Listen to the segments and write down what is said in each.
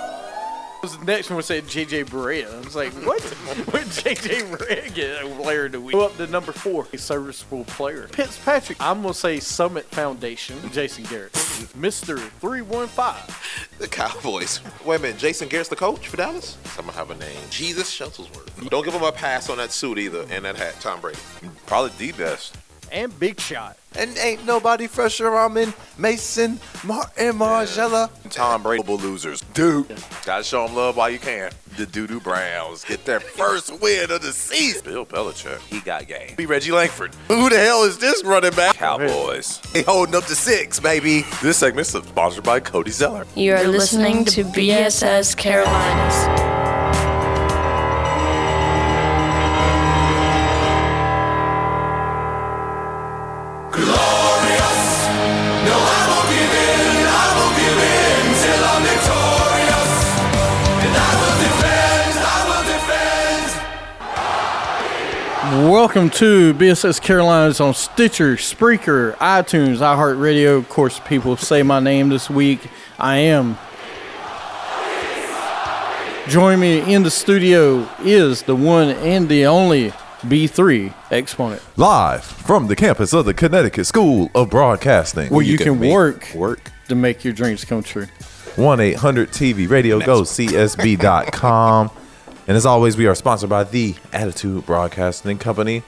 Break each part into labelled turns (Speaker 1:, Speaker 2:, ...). Speaker 1: The next one said JJ Barea. I was like, what? What JJ Barea get a player do we? Go up to number four, a serviceable player. Fitzpatrick. I'm going to say Summit Foundation, Jason Garrett. Mr. 315.
Speaker 2: The Cowboys. Wait a minute, Jason Garrett's the coach for Dallas? Someone have a name. Jesus Shuttlesworth. Don't give him a pass on that suit either and that hat, Tom Brady.
Speaker 3: Probably the best.
Speaker 1: And Big Shot.
Speaker 4: And ain't nobody fresher ramen, Mason, Martin, Margella.
Speaker 3: Tom Brady, global losers. Dude, gotta show them love while you can. The Doo-Doo Browns get their first win of the season. Bill Belichick, he got game. Be Reggie Langford.
Speaker 4: Who the hell is this running back?
Speaker 3: Cowboys.
Speaker 4: They holding up to six, baby.
Speaker 3: This segment is sponsored by Cody Zeller.
Speaker 5: You are listening to BSS Carolinas.
Speaker 1: Welcome to BSS Carolinas on Stitcher, Spreaker, iTunes, iHeartRadio. Of course, people say my name this week. I am. Join me in the studio is the one and the only B3 exponent.
Speaker 3: Live from the campus of the Connecticut School of Broadcasting.
Speaker 1: Where you, can,
Speaker 3: make-
Speaker 1: work,
Speaker 3: Work.
Speaker 1: to make your dreams come true.
Speaker 3: 1 800 TV Radio Go CSB.com. and as always, we are sponsored by the Attitude Broadcasting Company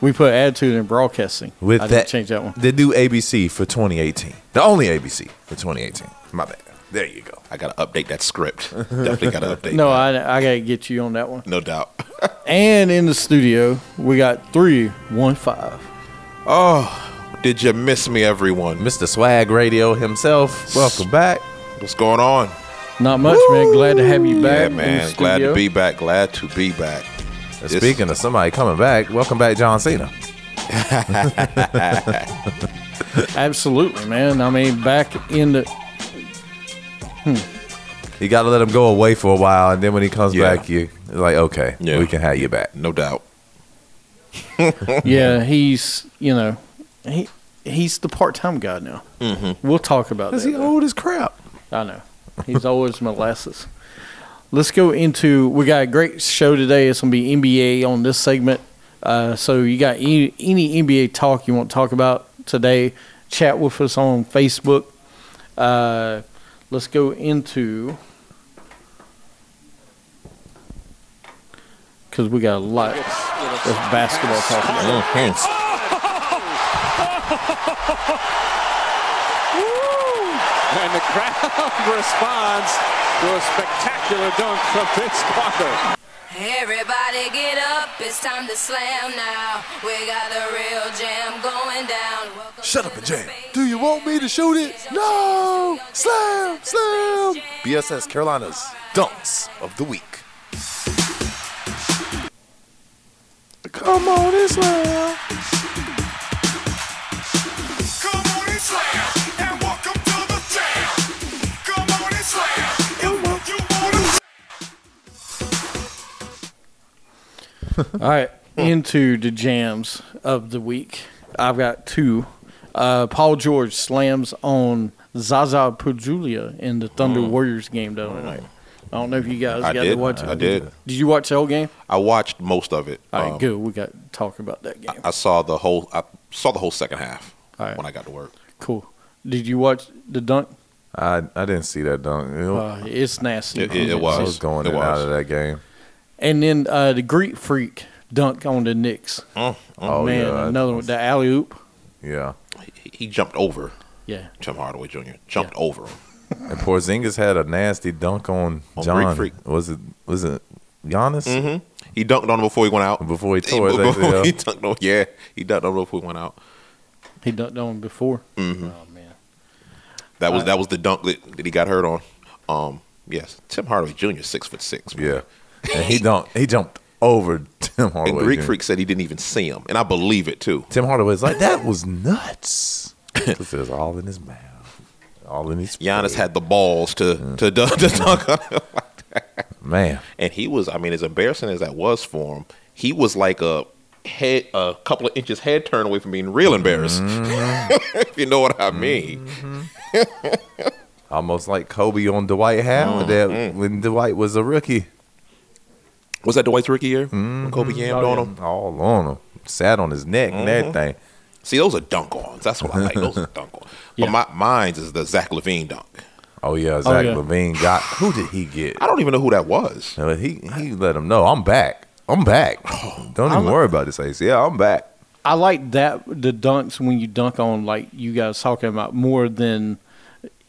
Speaker 1: We put attitude in broadcasting.
Speaker 3: with
Speaker 1: I didn't
Speaker 3: that,
Speaker 1: change that one.
Speaker 3: The new ABC for 2018. The only ABC for 2018. My bad. There you go.
Speaker 2: I gotta update that script. Definitely gotta update.
Speaker 1: No,
Speaker 2: that.
Speaker 1: I, I got to get you on that one.
Speaker 2: no doubt.
Speaker 1: And in the studio, we got 315.
Speaker 2: Did you miss me, everyone?
Speaker 3: Mr. Swag Radio himself. Welcome back.
Speaker 2: What's going on?
Speaker 1: Not much, man. Glad to have you back.
Speaker 2: Yeah,
Speaker 1: in the
Speaker 2: man. Glad
Speaker 1: studio.
Speaker 2: to be back. Glad to be back.
Speaker 3: And
Speaker 2: This-
Speaker 3: Speaking of somebody coming back, welcome back, John Cena.
Speaker 1: Absolutely, man. I mean, back in the
Speaker 3: You got to let him go away for a while, and then when he comes
Speaker 2: Yeah.
Speaker 3: back, you like, okay,
Speaker 2: Yeah.
Speaker 3: we can have you back.
Speaker 2: No doubt.
Speaker 1: yeah, he's you know, he he's the part-time guy now. Mm-hmm. We'll talk about that.
Speaker 3: Is he
Speaker 1: though.
Speaker 3: old as crap?
Speaker 1: I know. He's always molasses. Let's go into. We got a great show today. It's gonna be NBA on this segment. Uh, so you got any, any NBA talk you want to talk about today? Chat with us on Facebook. Uh, let's go into because we got a lot of basketball talk. About.
Speaker 2: Mm-hmm.
Speaker 6: And the crowd responds to a spectacular dunk from Vince Carter.
Speaker 7: Everybody get up, it's time to slam now. We got a real jam going down. Welcome
Speaker 3: Shut
Speaker 7: to
Speaker 3: up and
Speaker 7: the
Speaker 3: jam.
Speaker 7: Space
Speaker 3: Do you want me to shoot it? No! Slam! Slam! BSS Carolinas Dunks of the Week. Come on, and slam!
Speaker 8: Come on and slam, and welcome to the jam. Come on and slam, and what you wanna
Speaker 1: All right, into the jams of the week. I've got two. Uh, Paul George slams on Zaza Pachulia in the Thunder Warriors game the other night. I don't know if you guys
Speaker 2: Mm. I
Speaker 1: got to
Speaker 2: did.
Speaker 1: watch it.
Speaker 2: I did.
Speaker 1: Did you watch the whole game?
Speaker 2: I watched most of it.
Speaker 1: All right,
Speaker 2: Um,
Speaker 1: good. We got to talk about that game.
Speaker 2: I saw the whole. I saw the whole second half
Speaker 1: All right.
Speaker 2: when I got to work.
Speaker 1: cool. Did you watch the dunk?
Speaker 3: I, I didn't see that dunk. It
Speaker 1: Uh,
Speaker 3: was,
Speaker 1: it's nasty.
Speaker 2: It- it- it
Speaker 3: I
Speaker 2: was.
Speaker 3: was going
Speaker 2: it
Speaker 3: in and
Speaker 2: was.
Speaker 3: out of that game.
Speaker 1: And then uh, the Greek freak dunk on the Knicks.
Speaker 2: Mm.
Speaker 3: Oh,
Speaker 1: Man,
Speaker 3: yeah. I-
Speaker 1: another one. The alley oop.
Speaker 3: Yeah.
Speaker 2: He, he jumped over
Speaker 1: Yeah.
Speaker 2: Tim Hardaway Jr. Jumped over him.
Speaker 3: And Porzingis had a nasty dunk on
Speaker 2: On
Speaker 3: John.
Speaker 2: Greek Freak.
Speaker 3: Was it was it Giannis?
Speaker 2: He dunked on him before he went out.
Speaker 3: Before he tore his ACL.
Speaker 2: he dunked on. Yeah, he dunked on him before he went out.
Speaker 1: He dunked on before.
Speaker 2: Mm-hmm.
Speaker 1: Oh, man.
Speaker 2: That was that was the dunk that, that he got hurt on. Um, yes, Tim Hardaway Jr. six foot six. man.
Speaker 3: Yeah. And he dunked he jumped over Tim Hardaway.
Speaker 2: And Greek
Speaker 3: Jr.
Speaker 2: Freak said he didn't even see him, and I believe it too.
Speaker 3: Tim Hardaway's like, that was nuts. this is all in his mouth. All in his
Speaker 2: Giannis
Speaker 3: face.
Speaker 2: had the balls to to dunk, to dunk on him.
Speaker 3: Man.
Speaker 2: and he was i mean as embarrassing as that was for him he was like a head a couple of inches head turn away from being real embarrassed
Speaker 1: Mm-hmm.
Speaker 2: if you know what i mean
Speaker 3: Almost like Kobe on Dwight Howard that
Speaker 2: Mm-hmm.
Speaker 3: when Dwight was a rookie.
Speaker 2: was that dwight's rookie year
Speaker 1: Mm-hmm.
Speaker 2: when kobe yammed
Speaker 1: Oh,
Speaker 2: on Mm-hmm. him
Speaker 3: All on him. Sat on his neck and everything.
Speaker 2: see those are dunk ons that's what i like those are dunk ons
Speaker 1: Yeah.
Speaker 2: but my mine's is the zach levine dunk
Speaker 3: Oh yeah, Zach
Speaker 1: yeah.
Speaker 3: Levine got who did he get?
Speaker 2: i don't even know who that was
Speaker 3: No, he he let him know I'm back. I'm back. Don't even worry about this ACL. I'm back.
Speaker 1: I like that the dunks when you dunk on like you guys talking about more than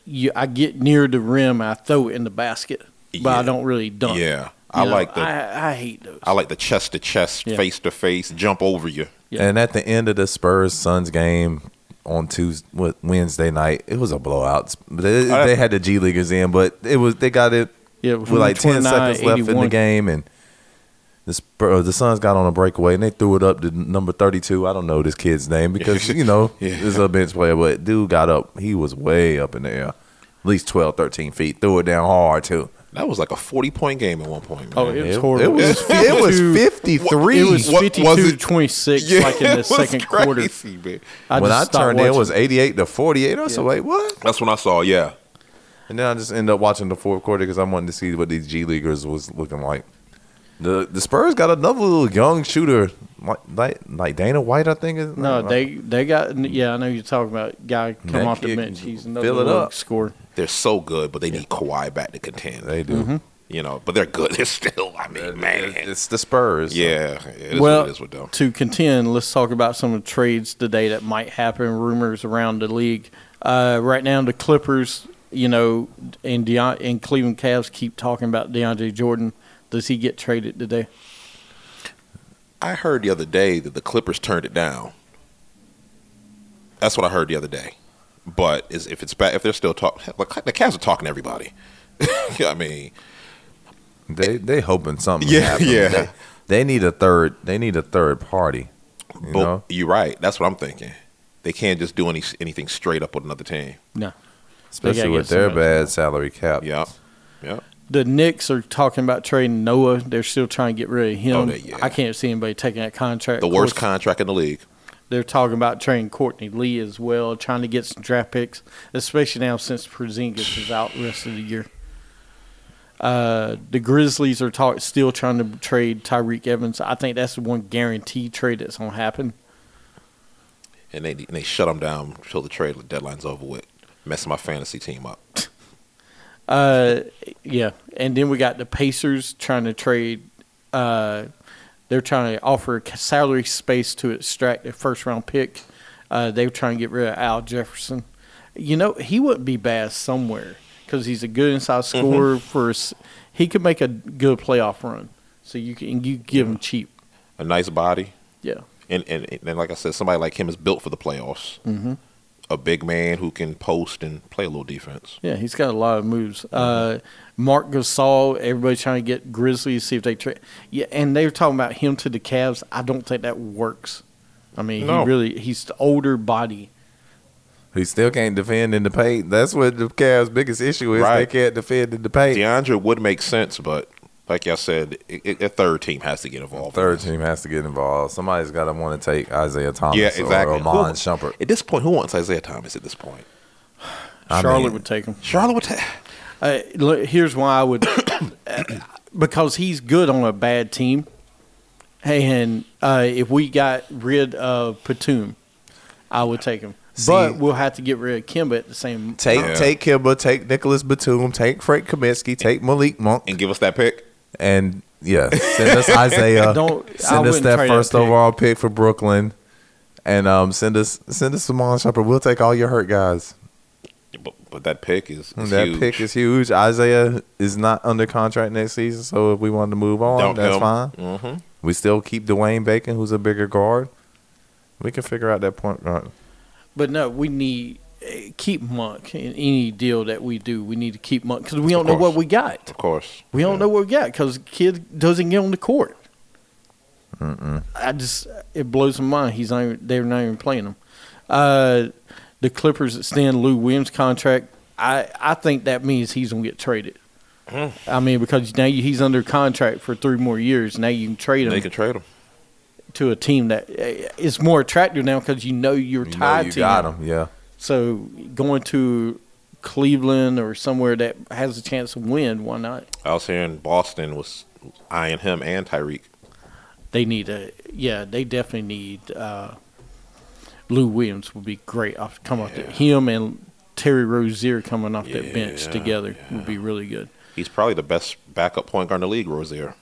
Speaker 1: you. I get near the rim, I throw it in the basket, but I
Speaker 2: Yeah.
Speaker 1: don't really dunk.
Speaker 2: Yeah,
Speaker 1: You
Speaker 2: I like the-
Speaker 1: I, I hate those.
Speaker 2: i like the chest to chest
Speaker 1: Yeah.
Speaker 2: face to face jump over you
Speaker 1: Yeah.
Speaker 3: And at the end of the Spurs Suns game on Tuesday, what, Wednesday night, it was a blowout. But They,
Speaker 2: I-
Speaker 3: they had the G leaguers in, but it was they got it
Speaker 1: yeah,
Speaker 3: with like ten seconds left in the game, and the Spurs, the Suns got on a breakaway and they threw it up to number thirty two. I don't know this kid's name because you know
Speaker 2: Yeah.
Speaker 3: this is a bench player, but dude got up. He was way up in the air, at least 12, 13 feet. Threw it down hard too.
Speaker 2: that was like a 40 point game at one point
Speaker 1: Oh,
Speaker 2: man.
Speaker 1: it was
Speaker 3: It,
Speaker 1: horrible.
Speaker 3: it was it was fifty three.
Speaker 1: It was
Speaker 2: What was
Speaker 1: 52
Speaker 2: it?
Speaker 1: 26, like in the second quarter.
Speaker 2: crazy, man.
Speaker 1: I
Speaker 3: when I
Speaker 1: just stopped
Speaker 3: turned in, it
Speaker 1: watching.
Speaker 3: was 88 to 48. I was like, wait, what?
Speaker 2: That's when I saw, yeah.
Speaker 3: And then I just ended up watching the fourth quarter because I wanted to see what these G Leaguers was looking like. The the Spurs got another little young shooter, like like, like Dana White, I think. Is,
Speaker 1: No, they they got yeah. I know you're talking about guy come
Speaker 3: That
Speaker 1: off the
Speaker 3: kid
Speaker 1: bench.
Speaker 3: can
Speaker 1: He's another
Speaker 3: fill it
Speaker 1: little
Speaker 3: up.
Speaker 1: scorer.
Speaker 2: They're so good, but they need Kawhi back to contend.
Speaker 3: they do.
Speaker 1: Mm-hmm.
Speaker 2: you know, but they're good. They're still, I mean, man.
Speaker 3: It's, it's the Spurs.
Speaker 2: yeah, it is
Speaker 1: well,
Speaker 2: what it is with them.
Speaker 1: to contend, let's talk about some of the trades today that might happen. Rumors around the league uh, right now. The Clippers, you know, and Deon- and Cleveland Cavs keep talking about DeAndre Jordan. Does he get traded today?
Speaker 2: I heard the other day that the Clippers turned it down. That's what I heard the other day. But is if it's back, if they're still talking, the Cavs are talking to everybody. I mean,
Speaker 3: they they hoping something.
Speaker 2: Yeah,
Speaker 3: happens.
Speaker 2: yeah.
Speaker 3: They, they need a third. They need a third party. You
Speaker 2: but
Speaker 3: know,
Speaker 2: you're right. That's what I'm thinking. They can't just do any anything straight up with another team.
Speaker 1: No.
Speaker 3: especially
Speaker 1: gotta
Speaker 3: with
Speaker 1: get
Speaker 3: their
Speaker 1: somebody.
Speaker 3: bad salary cap.
Speaker 2: Yeah, yeah.
Speaker 1: The Knicks are talking about trading Noah. They're still trying to get rid of him.
Speaker 2: Oh, they- yeah.
Speaker 1: I can't see anybody taking that contract.
Speaker 2: The
Speaker 1: Of
Speaker 2: worst
Speaker 1: course,
Speaker 2: contract in the league.
Speaker 1: they're talking about trading Courtney Lee as well, trying to get some draft picks, especially now since Porzingis is out rest of the year. Uh, the Grizzlies are talk, still trying to trade Tyreek Evans. I think that's the one guaranteed trade that's gonna happen.
Speaker 2: and they and they shut them down until the trade deadline's over with, messing my fantasy team up.
Speaker 1: Uh, yeah, and then we got the Pacers trying to trade. Uh, they're trying to offer salary space to extract a first round pick. Uh, they were trying to get rid of Al Jefferson. You know, he wouldn't be bad somewhere because he's a good inside scorer. For s- he could make a good playoff run. So you can you give him cheap.
Speaker 2: A nice body,
Speaker 1: Yeah,
Speaker 2: and and and like I said, somebody like him is built for the playoffs. Mm-hmm. A big man who can post and play a little defense.
Speaker 1: yeah, he's got a lot of moves. Uh, Mark Gasol, everybody's trying to get Grizzlies see if they trade. Yeah, and they were talking about him to the Cavs. I don't think that works. I mean,
Speaker 2: No.
Speaker 1: he really he's the older body.
Speaker 3: He still can't defend in the paint. That's what the Cavs' biggest issue is.
Speaker 2: Right.
Speaker 3: They can't defend in the paint.
Speaker 2: DeAndre would make sense, but like y'all said, i i a third team has to get involved.
Speaker 3: Third team has to get involved. Somebody's got to want to take Isaiah Thomas
Speaker 2: yeah, exactly.
Speaker 3: or
Speaker 2: Who-
Speaker 3: Amon Shumpert.
Speaker 2: At this point, who wants Isaiah Thomas? At this point,
Speaker 3: I
Speaker 1: Charlotte
Speaker 3: mean-
Speaker 1: would take him.
Speaker 2: Charlotte would. Ta-
Speaker 1: Uh, look, here's why I would, uh, because he's good on a bad team, and uh, if we got rid of Batum, I would take him.
Speaker 3: See-
Speaker 1: but we'll have to get rid of Kimba at the same.
Speaker 3: Take
Speaker 2: Yeah.
Speaker 3: take Kimba, take Nicholas Batum, take Frank Kaminsky, take Malik Monk,
Speaker 2: and give us that pick.
Speaker 3: and yeah, send us Isaiah.
Speaker 1: Don't- I
Speaker 3: send us
Speaker 1: wouldn't
Speaker 3: that
Speaker 1: trade that
Speaker 3: first
Speaker 1: pick.
Speaker 3: overall pick for Brooklyn, and um, send us send us Amon Shumpert. We'll take all your hurt guys.
Speaker 2: But, but that pick is, is
Speaker 3: that
Speaker 2: huge.
Speaker 3: pick is huge. Isaiah is not under contract next season, so if we wanted to move on,
Speaker 2: Don't
Speaker 3: that's
Speaker 2: come.
Speaker 3: fine.
Speaker 2: hmm
Speaker 3: We still keep Dwayne Bacon, who's a bigger guard. We can figure out that point guard.
Speaker 1: But no, we need eh, keep Monk in any deal that we do. We need to keep Monk because we don't know what
Speaker 2: course.
Speaker 1: we got.
Speaker 2: Of course,
Speaker 1: We don't
Speaker 2: Yeah.
Speaker 1: know what we got because kid doesn't get on the court. I just it blows my mind. He's not even, they're not even playing him. Uh, the Clippers extend Lou Williams' contract. I I think that means he's gonna get traded. I mean, because now he's under contract for three more years. Now you can trade him
Speaker 2: They can trade him.
Speaker 1: to a team that eh, is more attractive now because you know you're
Speaker 3: You know
Speaker 1: tied
Speaker 3: you
Speaker 1: to
Speaker 3: got
Speaker 1: him.
Speaker 3: him. Yeah.
Speaker 1: So going to Cleveland or somewhere that has a chance to win, why not?
Speaker 2: I was hearing Boston was eyeing him and Tyreek.
Speaker 1: They need a yeah. They definitely need uh, Lou Williams would be great off come off the, him and Terry Rozier coming off that bench
Speaker 2: Yeah,
Speaker 1: together would be really good.
Speaker 2: He's probably the best backup point guard in the league, Rozier.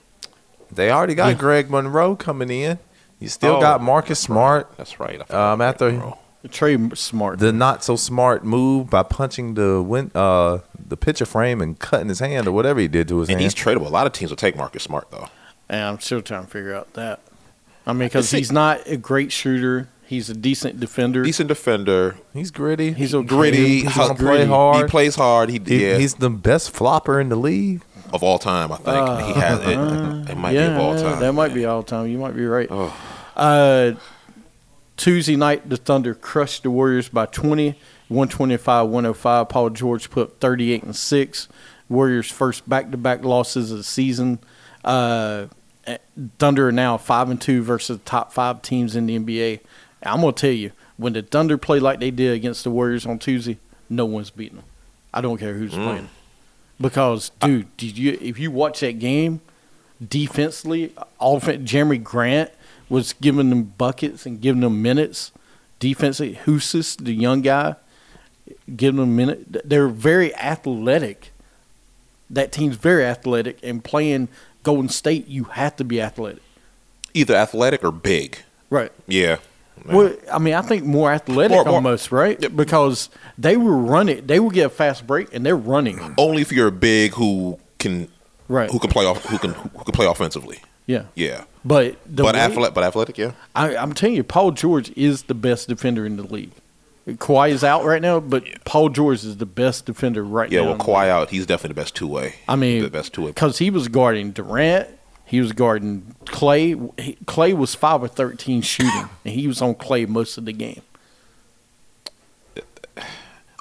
Speaker 3: They already got Greg Monroe coming in. You still
Speaker 2: Oh,
Speaker 3: got Marcus Smart.
Speaker 2: That's right. I
Speaker 1: Uh,
Speaker 2: forgot
Speaker 3: Um, after
Speaker 2: Monroe.
Speaker 1: Trey Smart.
Speaker 3: the not so smart move by punching the win, uh the picture frame and cutting his hand or whatever he did to his
Speaker 2: And he's
Speaker 3: hand.
Speaker 2: tradable. A lot of teams will take Marcus Smart though.
Speaker 1: And I'm still trying to figure out that. I mean, because
Speaker 2: Is he-
Speaker 1: he's not a great shooter. He's a decent defender.
Speaker 2: Decent defender,
Speaker 3: He's gritty.
Speaker 1: He's okay.
Speaker 2: gritty.
Speaker 3: He's
Speaker 2: hu-
Speaker 3: gonna play
Speaker 2: gritty.
Speaker 3: hard.
Speaker 2: He plays hard. He,
Speaker 3: He-
Speaker 2: yeah,
Speaker 3: He's the best flopper in the league.
Speaker 2: of all time. I think he has it. It might be of all time.
Speaker 1: Uh,
Speaker 2: Oh.
Speaker 1: That might be all time. You might be right. Uh, Tuesday night, the Thunder crushed the Warriors by 20, 125, 105. Paul George put up 38 and 6. Warriors' first back to back losses of the season. Uh, eh, Thunder are now 5 and 2 versus the top five teams in the NBA. I'm going to tell you, when the Thunder play like they did against the Warriors on Tuesday, no one's beating them. I don't care
Speaker 2: Mm.
Speaker 1: who's playing. Because, dude, did you, if you watch that game, defensively, offense, Jeremy Grant was giving them buckets and giving them minutes. Defensively, Husis, the young guy, giving them minutes. They're very athletic. That team's very athletic, and playing Golden State, you have to be athletic.
Speaker 2: Either athletic or big.
Speaker 1: Right.
Speaker 2: Yeah.
Speaker 1: Well, I mean, I think more athletic
Speaker 2: More- more-
Speaker 1: almost, right? Because they were running, they would get a fast break, and they're running.
Speaker 2: Only if you're a big who can
Speaker 1: Right.
Speaker 2: who can play off who can who can play offensively.
Speaker 1: Yeah.
Speaker 2: Yeah.
Speaker 1: But the
Speaker 2: but
Speaker 1: way-
Speaker 2: athletic but athletic, yeah.
Speaker 1: I, I'm telling you, Paul George is the best defender in the league. Kawhi is out right now, but Paul George is the best defender right
Speaker 2: Yeah,
Speaker 1: now.
Speaker 2: well Kawhi out, he's definitely the best two way.
Speaker 1: I mean,
Speaker 2: the best two way.
Speaker 1: because he was guarding Durant, he was guarding Clay. He- Clay was five or thirteen shooting, and he was on Clay most of the game.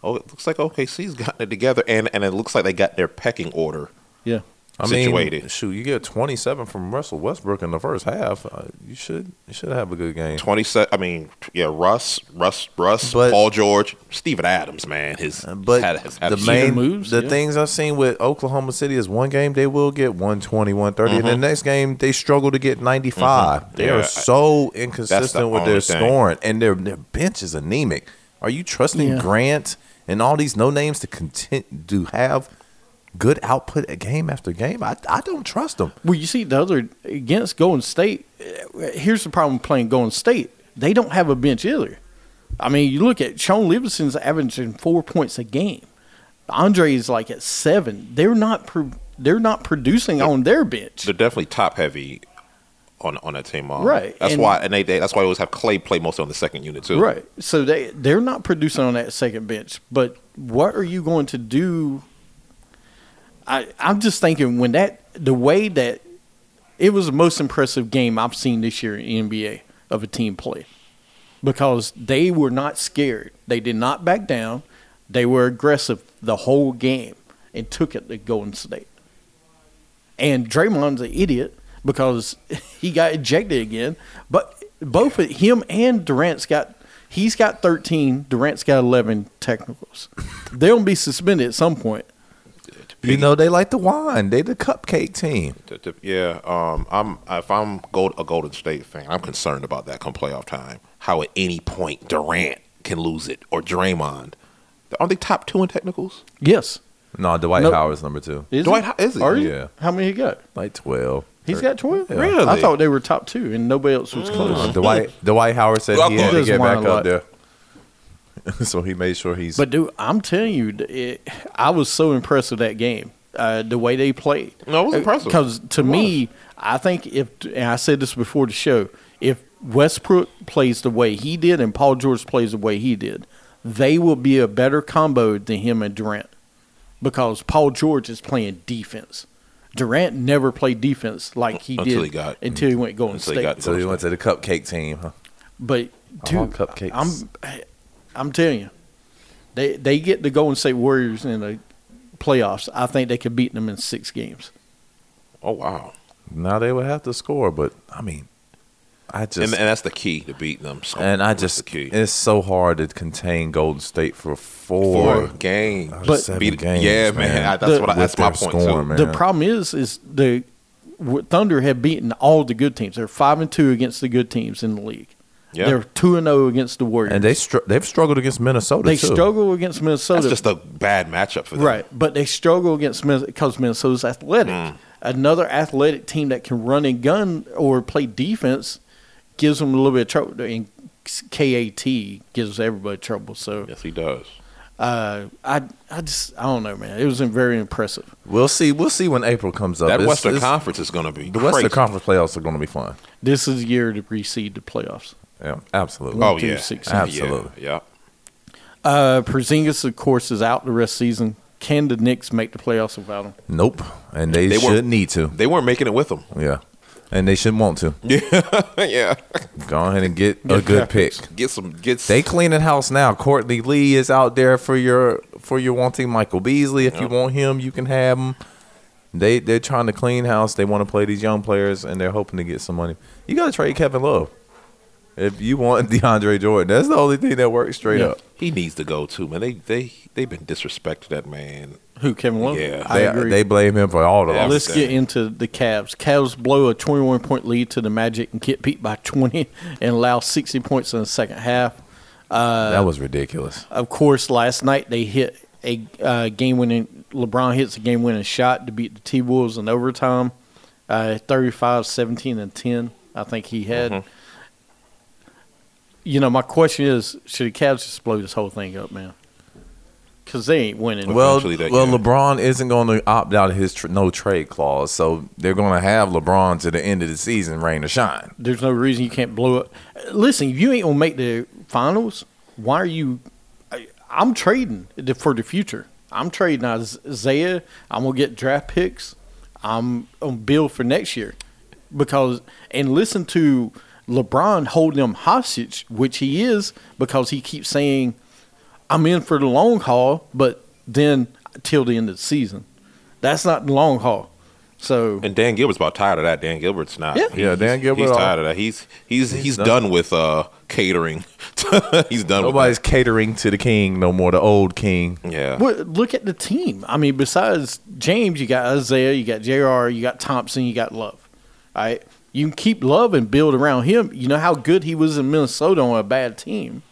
Speaker 2: Oh, it looks like OKC's gotten it together and, and it looks like they got their pecking order
Speaker 1: Yeah,
Speaker 3: I mean,
Speaker 2: situated.
Speaker 3: shoot, you get 27 from Russell Westbrook in the first half. Uh, you should you should have a good game.
Speaker 2: Twenty se- I mean, t- yeah, Russ, Russ, Russ,
Speaker 3: But- Uh,
Speaker 2: Paul George, Steven Adams, man, his
Speaker 3: But
Speaker 2: had- has had
Speaker 3: the
Speaker 2: a huge-
Speaker 3: main
Speaker 1: moves,
Speaker 3: the
Speaker 1: yeah.
Speaker 3: things I've seen with Oklahoma City is one game they will get 120, 130, and the next game they struggle to get 95. They
Speaker 2: Mm-hmm. Yeah,
Speaker 3: are
Speaker 2: I-
Speaker 3: so inconsistent with
Speaker 2: only
Speaker 3: their
Speaker 2: thing.
Speaker 3: scoring, and their their bench is anemic. Are you trusting
Speaker 1: Yeah.
Speaker 3: Grant and all these no names to content to have good output at game after game? I, I don't trust them.
Speaker 1: Well, you see, the other against Golden State. eh, Here's the problem with playing Golden State. They don't have a bench either. I mean, you look at Sean Livingston's averaging four points a game. Andre is like at seven. They're not. Pro- they're not producing on their bench.
Speaker 2: they're definitely top heavy on on that team. Um,
Speaker 1: Right,
Speaker 2: That's
Speaker 1: and-
Speaker 2: why, and they, they that's why I always have Clay play mostly on the second unit too.
Speaker 1: Right. So they they're not producing on that second bench. But what are you going to do? I I'm just thinking when that the way that it was the most impressive game I've seen this year in NBA of a team play because they were not scared. They did not back down. They were aggressive the whole game and took it to Golden State. And Draymond's an idiot because he got ejected again. But both of him and Durant's got he's got thirteen, Durant's got eleven technicals. They'll be suspended at some point.
Speaker 3: You know they like the wine. They the cupcake team.
Speaker 2: T- t- Yeah, um, I'm if I'm gold, a Golden State fan, I'm concerned about that come playoff time. How at any point Durant can lose it or Draymond. Aren't they top two in technicals?
Speaker 1: Yes.
Speaker 3: No, Dwight
Speaker 1: Nope.
Speaker 3: Howard's number two,
Speaker 1: Is
Speaker 2: Dwight, how is it?
Speaker 1: Are you?
Speaker 3: Yeah.
Speaker 1: How many he got?
Speaker 3: like twelve.
Speaker 1: He's got twelve.
Speaker 2: Really?
Speaker 1: I thought they were top two, and nobody else was close.
Speaker 3: Uh, Dwight Dwight Howard said
Speaker 2: Well,
Speaker 3: he
Speaker 2: I
Speaker 3: had
Speaker 1: thought-
Speaker 3: to get
Speaker 1: Wine a
Speaker 3: back
Speaker 1: lot.
Speaker 3: up there, so he made sure he's.
Speaker 1: But dude, I'm telling you, th- it, I was so impressed with that game, uh, the way they played.
Speaker 2: No, it was impressive.
Speaker 1: Because to me, I think if and I said this before the show, if Westbrook plays the way he did and Paul George plays the way he did, they will be a better combo than him and Durant, because Paul George is playing defense. Durant never played defense like he
Speaker 2: Uh, Until
Speaker 1: did
Speaker 2: he got-
Speaker 1: until he went Golden
Speaker 2: until he
Speaker 1: State.
Speaker 2: got
Speaker 3: so he went to the cupcake team. Huh?
Speaker 1: But
Speaker 3: I
Speaker 1: dude,
Speaker 3: want cupcakes.
Speaker 1: I'm I'm telling you, they they get the Golden State Warriors in a playoffs, I think they could beat them in six games.
Speaker 2: Oh wow!
Speaker 3: Now they would have to score, but I mean, I just
Speaker 2: and, and that's the key to beating them. So
Speaker 3: And I
Speaker 2: that's
Speaker 3: just
Speaker 2: the key
Speaker 3: it's so hard to contain Golden State for
Speaker 2: for
Speaker 3: four,
Speaker 2: game.
Speaker 3: out of
Speaker 1: But-
Speaker 3: seven
Speaker 2: Beat-
Speaker 3: games.
Speaker 2: yeah, man, I- that's
Speaker 1: The-
Speaker 2: what I,
Speaker 3: With
Speaker 2: that's my
Speaker 3: their
Speaker 2: point
Speaker 3: scoring,
Speaker 2: too.
Speaker 3: man.
Speaker 1: The problem is, is the w- Thunder have beaten all the good teams. They're five and two against the good teams in the league.
Speaker 2: Yeah.
Speaker 1: They're two and zero against the Warriors.
Speaker 3: and they str- they've struggled against Minnesota.
Speaker 1: they
Speaker 3: too.
Speaker 1: struggle against Minnesota.
Speaker 2: That's just a bad matchup for them.
Speaker 1: Right, but they struggle against because Minnesota's athletic.
Speaker 3: Mm.
Speaker 1: Another athletic team that can run and gun or play defense gives them a little bit of trouble. And KAT gives everybody trouble. So
Speaker 2: Yes, he does.
Speaker 1: uh, I, I just, I don't know, man. It was very impressive.
Speaker 3: We'll see. We'll see when April comes up.
Speaker 2: That
Speaker 3: It's-
Speaker 2: Western
Speaker 3: it's-
Speaker 2: Conference is going to be
Speaker 3: The Western
Speaker 2: crazy.
Speaker 3: Conference playoffs are going to be fun.
Speaker 1: This is the year to reseed the playoffs.
Speaker 3: Yeah, absolutely.
Speaker 2: Oh
Speaker 1: two,
Speaker 2: yeah,
Speaker 1: six,
Speaker 2: Yeah,
Speaker 3: Absolutely.
Speaker 2: Yeah,
Speaker 1: Uh, Porzingis, of course, is out the rest of the season. Can the Knicks make the playoffs without him?
Speaker 3: Nope, and they,
Speaker 2: They were-
Speaker 3: should need to.
Speaker 2: they weren't making it with them.
Speaker 3: Yeah, and they should want to.
Speaker 2: yeah,
Speaker 3: Go ahead and get a good pick.
Speaker 2: get some get.
Speaker 3: They cleaning house now. Courtney Lee is out there for your for your wanting Michael Beasley. If you
Speaker 2: Yep.
Speaker 3: want him, you can have him. They they're trying to clean house. They want to play these young players, and they're hoping to get some money. You got to trade Kevin Love if you want DeAndre Jordan. That's the only thing that works straight
Speaker 1: Yeah.
Speaker 3: up.
Speaker 2: he needs to go too, man. They they they've been disrespecting that man.
Speaker 1: Who, Kevin Love?
Speaker 2: Yeah,
Speaker 1: I
Speaker 3: They
Speaker 1: agree.
Speaker 3: they blame him for all the
Speaker 2: Yeah,
Speaker 3: losses.
Speaker 1: Let's get into the Cavs. Cavs blow a 21 point lead to the Magic and get beat by 20 and allow 60 points in the second half.
Speaker 3: that was ridiculous.
Speaker 1: Of course, last night they hit a uh, game winning, LeBron hits a game winning shot to beat the T Wolves in overtime uh, 35, 17, and 10. I think he had. You know, my question is should the Cavs just blow this whole thing up, man? Because they ain't winning.
Speaker 3: Well,
Speaker 2: eventually that
Speaker 3: well,
Speaker 2: year.
Speaker 3: LeBron isn't going to opt out of his tr- no trade clause, so they're going to have LeBron to the end of the season, rain or shine.
Speaker 1: there's no reason you can't blow it. Listen, if you ain't gonna make the finals, why are you? I, I'm trading the- for the future. I'm trading Isaiah. I'm gonna get draft picks. I'm on bill for next year because and listen to LeBron holding them hostage, which he is because he keeps saying, "I'm in for the long haul," but then till the end of the season, that's not the long haul. So
Speaker 2: And Dan Gilbert's about tired of that. Dan Gilbert's not.
Speaker 1: Yeah.
Speaker 3: Yeah, Dan Gilbert
Speaker 2: He's
Speaker 3: all-
Speaker 2: tired of that. He's he's he's,
Speaker 3: done.
Speaker 2: done. with uh catering. he's done.
Speaker 3: Nobody's
Speaker 2: Nobody's.
Speaker 3: catering to the king no more, the old king.
Speaker 2: With that. Yeah.
Speaker 1: Well, look at the team. I mean, besides James, you got Isaiah, you got JR, you got Thompson, you got Love. All right. You can keep Love and build around him. You know how good he was in Minnesota on a bad team.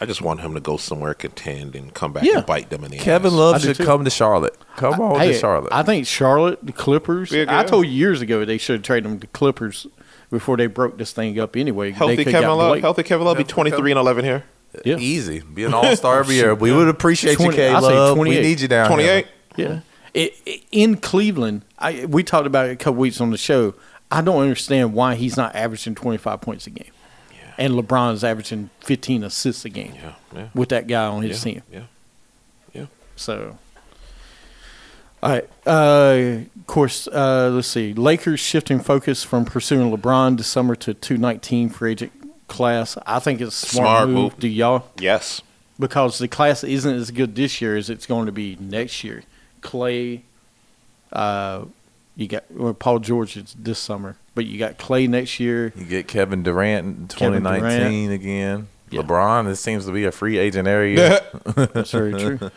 Speaker 2: I just want him to go somewhere contend and come back
Speaker 1: Yeah.
Speaker 2: and bite them in the
Speaker 3: Kevin
Speaker 2: ass.
Speaker 3: Love
Speaker 1: I do
Speaker 3: should
Speaker 1: too.
Speaker 3: come to Charlotte. Come on
Speaker 1: Hey,
Speaker 3: to Charlotte.
Speaker 1: I think Charlotte, the Clippers.
Speaker 2: Big
Speaker 1: I
Speaker 2: L.
Speaker 1: told you years ago they should have traded him to Clippers before they broke this thing up anyway. they
Speaker 2: Healthy
Speaker 1: coulda
Speaker 2: Kevin
Speaker 1: got
Speaker 2: Love.
Speaker 1: Blake.
Speaker 2: Healthy Kevin Love be twenty three and eleven here.
Speaker 1: yeah.
Speaker 3: Easy. Be an all star every year. We would appreciate
Speaker 1: Twenty-
Speaker 3: you, K
Speaker 1: I say
Speaker 3: Love. We
Speaker 1: 28.
Speaker 3: need you down
Speaker 2: Twenty eight.
Speaker 3: here.
Speaker 1: Yeah. It, it- in Cleveland, I, we talked about it a couple weeks on the show. I don't understand why he's not averaging 25 points a game. And LeBron's averaging 15 assists a game
Speaker 2: Yeah. Yeah.
Speaker 1: with that guy on his
Speaker 2: Yeah.
Speaker 1: team.
Speaker 2: yeah.
Speaker 1: So, all right. Uh, of course, uh, let's see. Lakers shifting focus from pursuing LeBron this summer to 219 free agent class. I think it's a smart,
Speaker 2: Smart
Speaker 1: move.
Speaker 2: move.
Speaker 1: Do y'all?
Speaker 2: Yes.
Speaker 1: because the class isn't as good this year as it's going to be next year. Clay, uh, you got well, Paul George is this summer, but you got Clay next year.
Speaker 3: You get Kevin Durant in
Speaker 1: Kevin
Speaker 3: 2019
Speaker 1: Durant.
Speaker 3: again.
Speaker 1: Yeah.
Speaker 3: LeBron, this seems to be a free agent area. year.
Speaker 1: That's very true.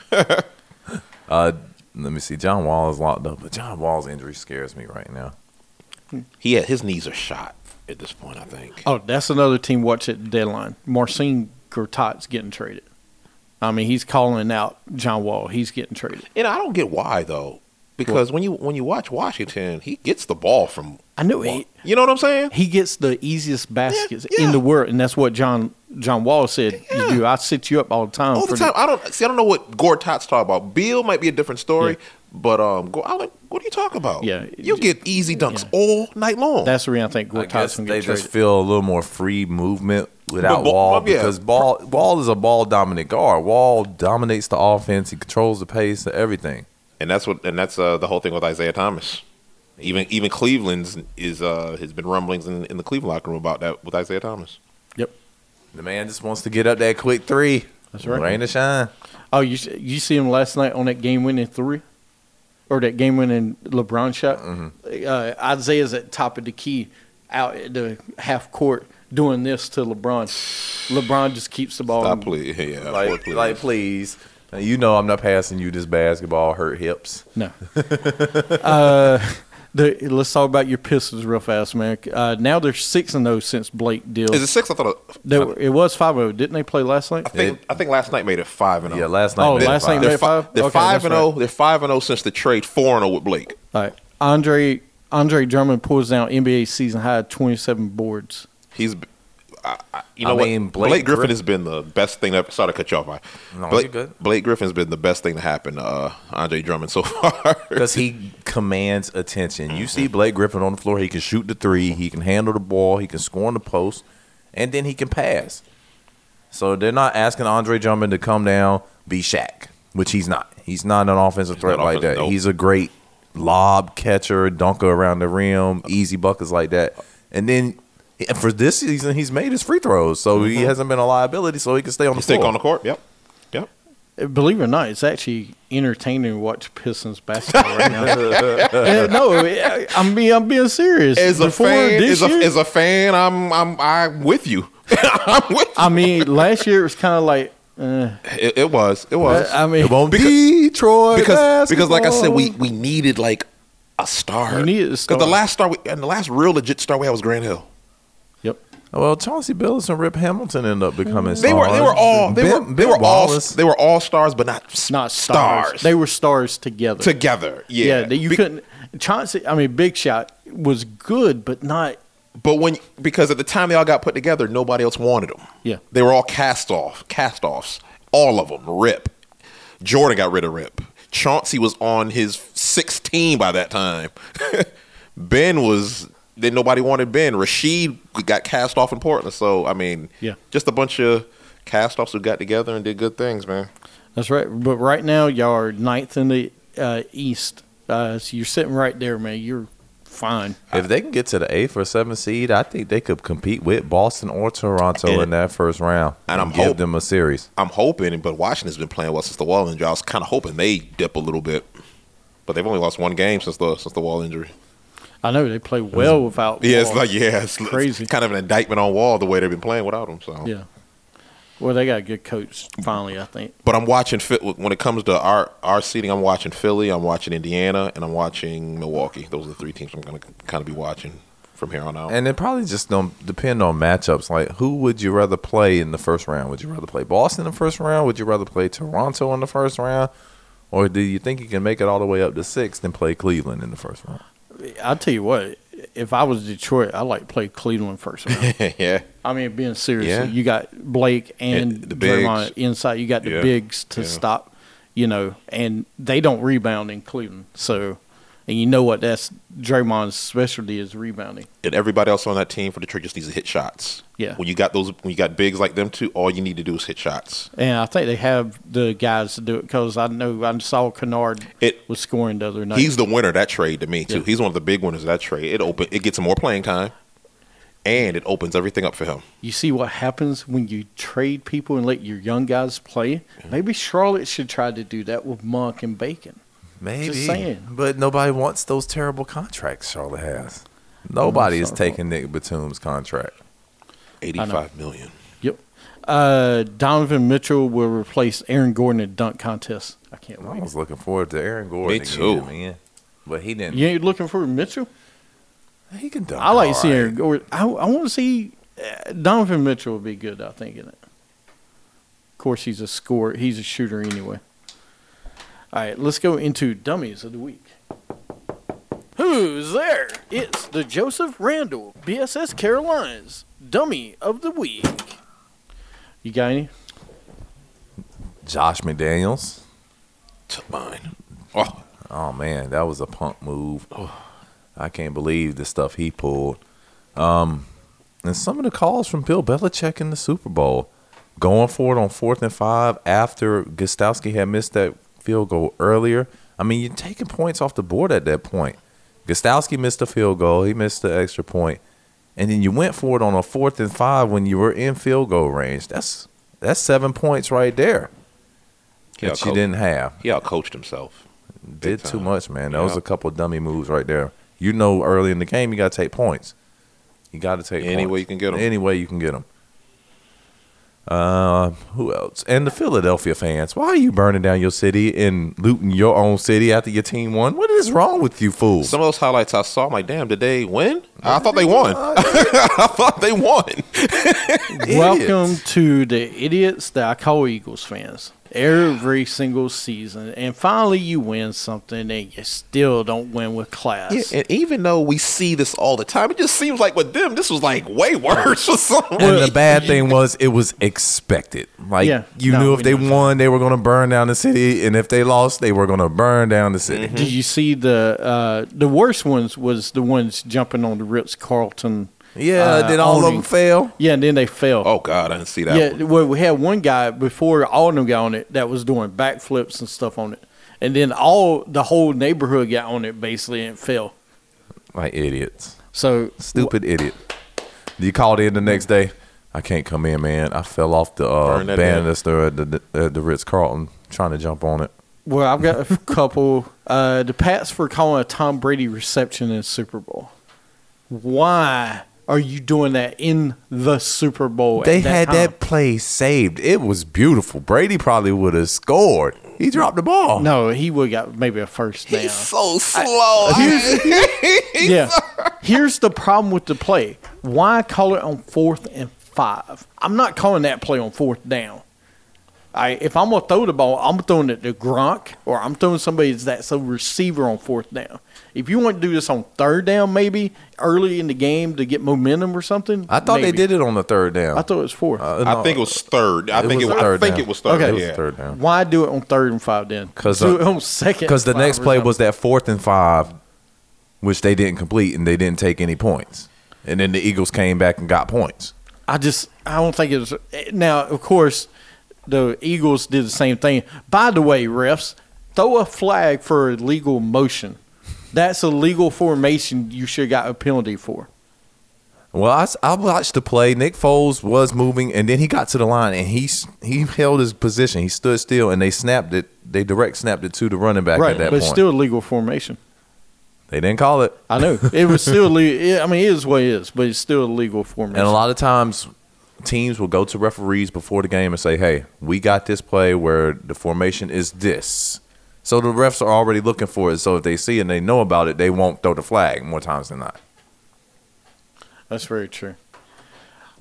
Speaker 3: uh, let me see. John Wall is locked up, but John Wall's injury scares me right now.
Speaker 2: He had, his knees are shot at this point. I think.
Speaker 1: Oh, that's another team watch at the deadline. Marcin Gortat's getting traded. I mean, he's calling out John Wall. He's getting traded.
Speaker 2: And I don't get why though, because when you when you watch Washington, he gets the ball from.
Speaker 1: I know he,
Speaker 2: You know what I'm saying?
Speaker 1: he gets the easiest baskets
Speaker 2: Yeah, yeah.
Speaker 1: in the world, and that's what John John Wall said. You
Speaker 2: Yeah.
Speaker 1: do. I sit you up all the time.
Speaker 2: All
Speaker 1: for
Speaker 2: the time. I don't see. I don't know what Gore Tots talk about. Bill might be a different story, but um, Gore, I'm like, what are you talking about?
Speaker 1: Yeah.
Speaker 2: you get easy dunks
Speaker 1: Yeah.
Speaker 2: all night long.
Speaker 1: That's the reason I think
Speaker 3: I guess
Speaker 1: Gortat's going to
Speaker 3: they
Speaker 1: get traded.
Speaker 3: just feel a little more free movement without
Speaker 2: But Ball-
Speaker 3: Wall
Speaker 2: well, yeah.
Speaker 3: because Ball Wall is a ball dominant guard. Wall dominates the offense. He controls the pace of everything.
Speaker 2: and that's what and that's uh, the whole thing with Isaiah Thomas. Even even Cleveland's is uh has been rumblings in, in the Cleveland locker room about that with Isaiah Thomas.
Speaker 1: yep.
Speaker 3: The man just wants to get up that quick three.
Speaker 1: That's right.
Speaker 3: Rain to shine.
Speaker 1: Oh, you s- you see him last night on that game winning three, or that game winning LeBron shot.
Speaker 2: Mm-hmm.
Speaker 1: Uh, Isaiah's at top of the key, out at the half court, doing this to LeBron. LeBron just keeps the ball.
Speaker 2: Stop, please. Yeah,
Speaker 3: Like,
Speaker 2: please.
Speaker 3: like, please. Now, you know I'm not passing you this basketball. Hurt hips.
Speaker 1: No. uh, the, let's talk about your Pistons real fast, man. Uh, now they're six and zero since Blake Dill.
Speaker 2: Is it six? I thought. It,
Speaker 1: They were- it was five zero. Didn't they play last night?
Speaker 2: I think I think last night made it five and zero.
Speaker 3: Yeah, last night.
Speaker 1: Oh,
Speaker 3: made it
Speaker 1: last night
Speaker 3: five.
Speaker 1: made
Speaker 2: They're,
Speaker 1: it
Speaker 2: fi-
Speaker 1: five?
Speaker 2: they're
Speaker 1: Okay,
Speaker 2: five
Speaker 1: that's
Speaker 2: and zero. They're five and zero since the trade four and zero with Blake.
Speaker 1: All right. Andre Andre Drummond pulls down NBA season high twenty seven boards.
Speaker 2: He's, b- I, I- you
Speaker 3: I
Speaker 2: know
Speaker 3: mean,
Speaker 2: what?
Speaker 3: Blake
Speaker 2: Blake, Griffin
Speaker 3: Griff-
Speaker 2: has been the best thing that. Sorry to cut you off. I,
Speaker 3: No,
Speaker 2: Blake,
Speaker 3: you're good.
Speaker 2: Blake Griffin's been the best thing to happen to uh, Andre Drummond so far.
Speaker 3: Because he commands attention. You see Blake Griffin on the floor. He can shoot the three. He can handle the ball. He can score on the post, and then he can pass. So they're not asking Andre Drummond to come down be Shaq, which he's not. He's not an offensive threat
Speaker 2: not
Speaker 3: like
Speaker 2: offensive,
Speaker 3: that.
Speaker 2: nope.
Speaker 3: He's a great lob catcher, dunker around the rim, easy buckets like that. And then and for this season, he's made his free throws, so he hasn't been a liability. So he can stay on the
Speaker 2: Mm-hmm. Stick
Speaker 3: floor.
Speaker 2: on the court. Yep. Yep.
Speaker 1: Uh, Believe it or not, it's actually entertaining to watch Pistons basketball right now. Uh, no, I- I'm being I'm being serious.
Speaker 2: As a
Speaker 1: Before
Speaker 2: fan,
Speaker 1: this
Speaker 2: as a,
Speaker 1: year-
Speaker 2: as a fan, I'm I'm I'm with you. I'm with. You.
Speaker 1: I mean, last year it was kind of like uh,
Speaker 2: It, it was. It was.
Speaker 1: I mean,
Speaker 3: It won't
Speaker 2: Because-
Speaker 3: Detroit
Speaker 2: because because like I said,
Speaker 3: basketball.
Speaker 2: we we needed like a star.
Speaker 1: You needed a star.
Speaker 2: Because the last star we, and the last real legit star we had was Grant Hill.
Speaker 1: yep.
Speaker 3: Well, Chauncey Billups and Rip Hamilton ended up becoming
Speaker 2: They were they were
Speaker 3: stars.
Speaker 2: all they
Speaker 3: Ben-
Speaker 2: were they
Speaker 3: Ben
Speaker 2: were all
Speaker 3: Wallace.
Speaker 2: they were all stars, but not s-
Speaker 1: Not stars. They were stars together.
Speaker 2: together. Yeah,
Speaker 1: that you
Speaker 2: Be-
Speaker 1: couldn't. Chauncey, I mean, Big Shot was good, but not.
Speaker 2: But when because at the time they all got put together, nobody else wanted them.
Speaker 1: Yeah.
Speaker 2: they were all cast off, cast offs, all of them. Rip. Jordan got rid of Rip. Chauncey was on his sixth team by that time. ben was then nobody wanted Ben. Rashid got cast off in Portland. So I mean,
Speaker 1: Yeah.
Speaker 2: just a bunch of cast offs who got together and did good things, man.
Speaker 1: That's right. But right now, y'all are ninth in the uh, East. Uh, so you're sitting right there, man. You're fine.
Speaker 3: If they can get to the eighth or seventh seed, I think they could compete with Boston or Toronto
Speaker 2: And-
Speaker 3: in that first round,
Speaker 2: and I'm
Speaker 3: give
Speaker 2: hope-
Speaker 3: them a series.
Speaker 2: I'm hoping, but Washington's been playing well since the wall injury. I was kind of hoping they dip a little bit, but they've only lost one game since the since the wall injury.
Speaker 1: I know they play well without.
Speaker 2: Yeah, it's
Speaker 1: Wall.
Speaker 2: like yeah, it's, it's
Speaker 1: Crazy.
Speaker 2: kind of an indictment on Wall the way they've been playing without him. So
Speaker 1: Yeah. Well, they got a good coach finally, I think.
Speaker 2: but I'm watching Phil- when it comes to our our seating. I'm watching Philly, I'm watching Indiana, and I'm watching Milwaukee. Those are the three teams I'm going to kind of be watching from here on out.
Speaker 3: And it probably just don't depend on matchups. Like, who would you rather play in the first round? Would you rather play Boston in the first round? Would you rather play Toronto in the first round? Or do you think you can make it all the way up to sixth and play Cleveland in the first round?
Speaker 1: I'll tell you what, if I was Detroit, I'd like to play Cleveland first round.
Speaker 2: yeah,
Speaker 1: I mean, being serious,
Speaker 2: Yeah.
Speaker 1: you got Blake and,
Speaker 2: And the bigs.
Speaker 1: Draymond inside. You got the
Speaker 2: Yeah.
Speaker 1: bigs to
Speaker 2: Yeah.
Speaker 1: stop, you know, and they don't rebound in Cleveland. So, and you know what? That's Draymond's specialty is rebounding.
Speaker 2: and everybody else on that team for Detroit just needs to hit shots.
Speaker 1: Yeah.
Speaker 2: when you got those, when you got bigs like them too, all you need to do is hit shots.
Speaker 1: And I think they have the guys to do it because I know I saw Kennard
Speaker 2: It-
Speaker 1: was scoring the other night.
Speaker 2: He's the winner of that trade to me too.
Speaker 1: Yeah.
Speaker 2: He's one of the big winners of that trade. It open, it gets him more playing time, and it opens everything up for him.
Speaker 1: you see what happens when you trade people and let your young guys play. Maybe Charlotte should try to do that with Monk and Bacon.
Speaker 3: Maybe.
Speaker 1: saying.
Speaker 3: But nobody wants those terrible contracts Charlotte has. Nobody is taking Nick Batum's contract.
Speaker 2: Eighty-five million.
Speaker 1: Yep. Uh, Donovan Mitchell will replace Aaron Gordon in dunk contest. I can't
Speaker 3: I
Speaker 1: wait.
Speaker 3: was looking forward to Aaron Gordon.
Speaker 2: Me
Speaker 3: again,
Speaker 2: too.
Speaker 3: man. But he didn't.
Speaker 1: You ain't looking for Mitchell?
Speaker 3: He can dunk.
Speaker 1: I like to see
Speaker 3: all right.
Speaker 1: Aaron Gordon. I, I want to see uh, Donovan Mitchell would be good. I think in it. Of course, he's a scorer. He's a shooter anyway. All right, let's go into dummies of the week. Who's there? It's the Joseph Randall BSS Carolinas dummy of the week. You got any?
Speaker 3: Josh McDaniels.
Speaker 2: Took mine. Oh,
Speaker 3: Oh man, that was a punk move. I can't believe the stuff he pulled. Um, and some of the calls from Bill Belichick in the Super Bowl, going for it on fourth and five after Gostowski had missed that field goal earlier. I mean, you're taking points off the board at that point. Gostowski missed the field goal. He missed the extra point, and then you went for it on a fourth and five when you were in field goal range. That's That's seven points right there
Speaker 2: He
Speaker 3: that you
Speaker 2: outcoached-
Speaker 3: didn't have.
Speaker 2: He out coached himself.
Speaker 3: Did too
Speaker 2: time.
Speaker 3: much, man. That was
Speaker 2: Yeah.
Speaker 3: a couple of dummy moves right there. You know, early in the game, you got to take points. You got to take
Speaker 2: Any
Speaker 3: points.
Speaker 2: way you can get 'em.
Speaker 3: Any way you can get them. Uh, who else? And the Philadelphia fans. Why are you burning down your city and looting your own city after your team won? What is wrong with you fools?
Speaker 2: Some of those highlights I saw, I'm like, damn, did they win? I thought they won. I thought they won.
Speaker 1: Welcome to the idiots that I call Eagles fans every single season. And finally, you win something and you still don't win with class.
Speaker 2: Yeah, and even though we see this all the time, it just seems like with them, this was like way worse for some
Speaker 3: And
Speaker 2: reason.
Speaker 3: the bad thing was it was expected. Like
Speaker 1: Yeah.
Speaker 3: you
Speaker 1: No,
Speaker 3: knew
Speaker 1: we
Speaker 3: if they
Speaker 1: knew.
Speaker 3: won, they were going to burn down the city, and if they lost, they were going to burn down the city.
Speaker 2: Mm-hmm.
Speaker 1: Did you see the uh, the worst ones was the ones jumping on the Ritz Carlton?
Speaker 3: Yeah,
Speaker 1: uh,
Speaker 3: did all of
Speaker 1: awning.
Speaker 3: them fail?
Speaker 1: Yeah, and then they fell.
Speaker 2: Oh God, I didn't see that.
Speaker 1: yeah.
Speaker 2: one.
Speaker 1: Well, we had one guy before all of them got on it that was doing backflips and stuff on it, and then all the whole neighborhood got on it basically and it fell.
Speaker 3: Like idiots,
Speaker 1: So
Speaker 3: stupid idiot. You called in the next day. I can't come in, man. I fell off the uh,
Speaker 2: Burn that down.
Speaker 3: banister at the, the, at the Ritz Carlton trying to jump on it.
Speaker 1: Well, I've got a couple. Uh, the Pats for calling a Tom Brady reception in Super Bowl. Why are you doing that in the Super Bowl? at
Speaker 3: They had
Speaker 1: time?
Speaker 3: that play saved. It was beautiful. Brady probably would have scored. He dropped the ball.
Speaker 1: No, he would got maybe a first down.
Speaker 2: He's so slow.
Speaker 1: yeah. Here's the problem with the play. Why call it on fourth and five? I'm not calling that play on fourth down. I, if I'm gonna throw the ball, I'm throwing it to Gronk or I'm throwing somebody that's a receiver on fourth down. If you want to do this on third down, maybe early in the game to get momentum or something.
Speaker 3: I thought
Speaker 1: maybe.
Speaker 3: they did it on the third down.
Speaker 1: I thought it was fourth.
Speaker 3: Uh,
Speaker 2: I
Speaker 3: no.
Speaker 2: think it was third. I
Speaker 3: It
Speaker 2: think
Speaker 3: was a
Speaker 2: it. I
Speaker 3: third
Speaker 2: think
Speaker 3: down.
Speaker 2: it was third.
Speaker 1: Okay. It
Speaker 3: was
Speaker 2: yeah.
Speaker 3: third down.
Speaker 1: Why do it on third and five then?
Speaker 3: 'Cause,
Speaker 1: do
Speaker 3: uh,
Speaker 1: it on second.
Speaker 3: Because the
Speaker 1: and five
Speaker 3: next
Speaker 1: or
Speaker 3: play
Speaker 1: something.
Speaker 3: was that fourth and five, which they didn't complete and they didn't take any points. And then the Eagles came back and got points.
Speaker 1: I just I don't think it was. Now, of course, the Eagles did the same thing. By the way, refs throw a flag for illegal motion. That's a legal formation. You should got a penalty for.
Speaker 3: Well, I, s- I watched the play. Nick Foles was moving, and then he got to the line and he s- he held his position. He stood still, and they snapped it. They direct snapped it to the running back
Speaker 1: right,
Speaker 3: at that
Speaker 1: but it's
Speaker 3: point.
Speaker 1: still a legal formation.
Speaker 3: they didn't call it.
Speaker 1: I know it was still. le- I mean, it is what it is, but it's still a legal formation.
Speaker 3: And a lot of times, teams will go to referees before the game and say, "Hey, we got this play where the formation is this." So the refs are already looking for it. So if they see it and they know about it, they won't throw the flag more times than not.
Speaker 1: That's very true.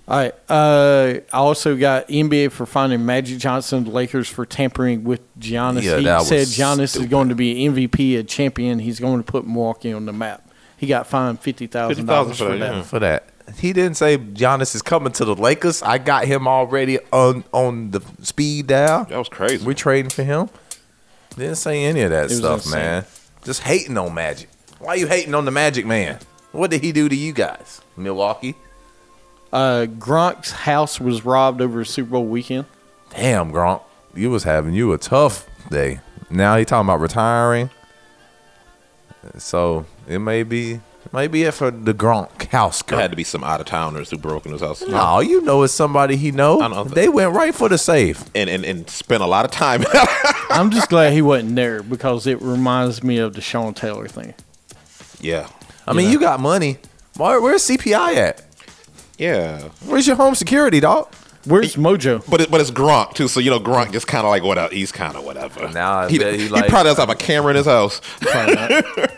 Speaker 1: All right. Uh, I also got NBA for finding Magic Johnson, Lakers for tampering with Giannis.
Speaker 3: Yeah,
Speaker 1: he
Speaker 3: that was
Speaker 1: said Giannis is
Speaker 3: stupid.
Speaker 1: going to be MVP, a champion. He's going to put Milwaukee on the map. He got fined fifty thousand dollars for that.
Speaker 3: For that, he didn't say Giannis is coming to the Lakers. I got him already on on the speed dial.
Speaker 2: That was crazy.
Speaker 3: We're trading for him. Didn't say any of that
Speaker 1: was
Speaker 3: stuff,
Speaker 1: insane.
Speaker 3: man. Just hating on Magic. Why you hating on the Magic man? What did he do to you guys, Milwaukee?
Speaker 1: Uh, Gronk's house was robbed over Super Bowl weekend.
Speaker 3: Damn, Gronk, you was having you a tough day. Now he talking about retiring. So it may be, it may be it for the Gronk house
Speaker 2: There
Speaker 3: girl.
Speaker 2: had to be some out of towners who broke in his house
Speaker 3: No, you know it's somebody he know.
Speaker 2: I don't think-
Speaker 3: They went right for the safe.
Speaker 2: and, and and spent a lot of time.
Speaker 1: I'm just glad he wasn't there because it reminds me of the Sean Taylor thing.
Speaker 2: yeah,
Speaker 3: I mean, you got money. Where, where's CPI at?
Speaker 2: yeah.
Speaker 3: Where's your home security, dog?
Speaker 1: Where's Mojo?
Speaker 2: But it, but it's Gronk too, so you know Gronk just kind of like whatever. He's kind of whatever.
Speaker 3: Nah, I
Speaker 2: he,
Speaker 3: bet he
Speaker 2: he
Speaker 3: like-
Speaker 2: probably doesn't have a camera in his house.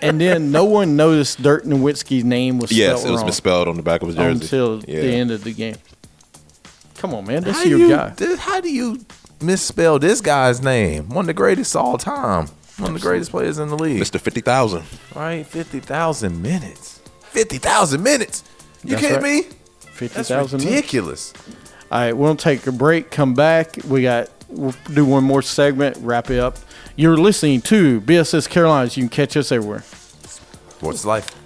Speaker 1: and then no one noticed Dirk Nowitzki's name was
Speaker 2: yes,
Speaker 1: spelled
Speaker 2: it was
Speaker 1: wrong.
Speaker 2: misspelled on the back of his jersey.
Speaker 1: until
Speaker 2: yeah.
Speaker 1: the end of the game. Come on, man, this
Speaker 3: How
Speaker 1: is your
Speaker 3: you,
Speaker 1: guy.
Speaker 3: thi- how do you misspell this guy's name? One of the greatest all time. One of the greatest players in the league.
Speaker 2: Mr. Fifty Thousand.
Speaker 3: Right, fifty thousand minutes. Fifty thousand minutes. You
Speaker 1: That's
Speaker 3: kidding
Speaker 1: right.
Speaker 3: me?
Speaker 1: Fifty
Speaker 3: That's
Speaker 1: thousand. All
Speaker 3: ridiculous.
Speaker 1: right, we'll take a break. Come back. We got we'll do one more segment. Wrap it up. You're listening to BSS Carolinas. You can catch us everywhere.
Speaker 3: Sports life.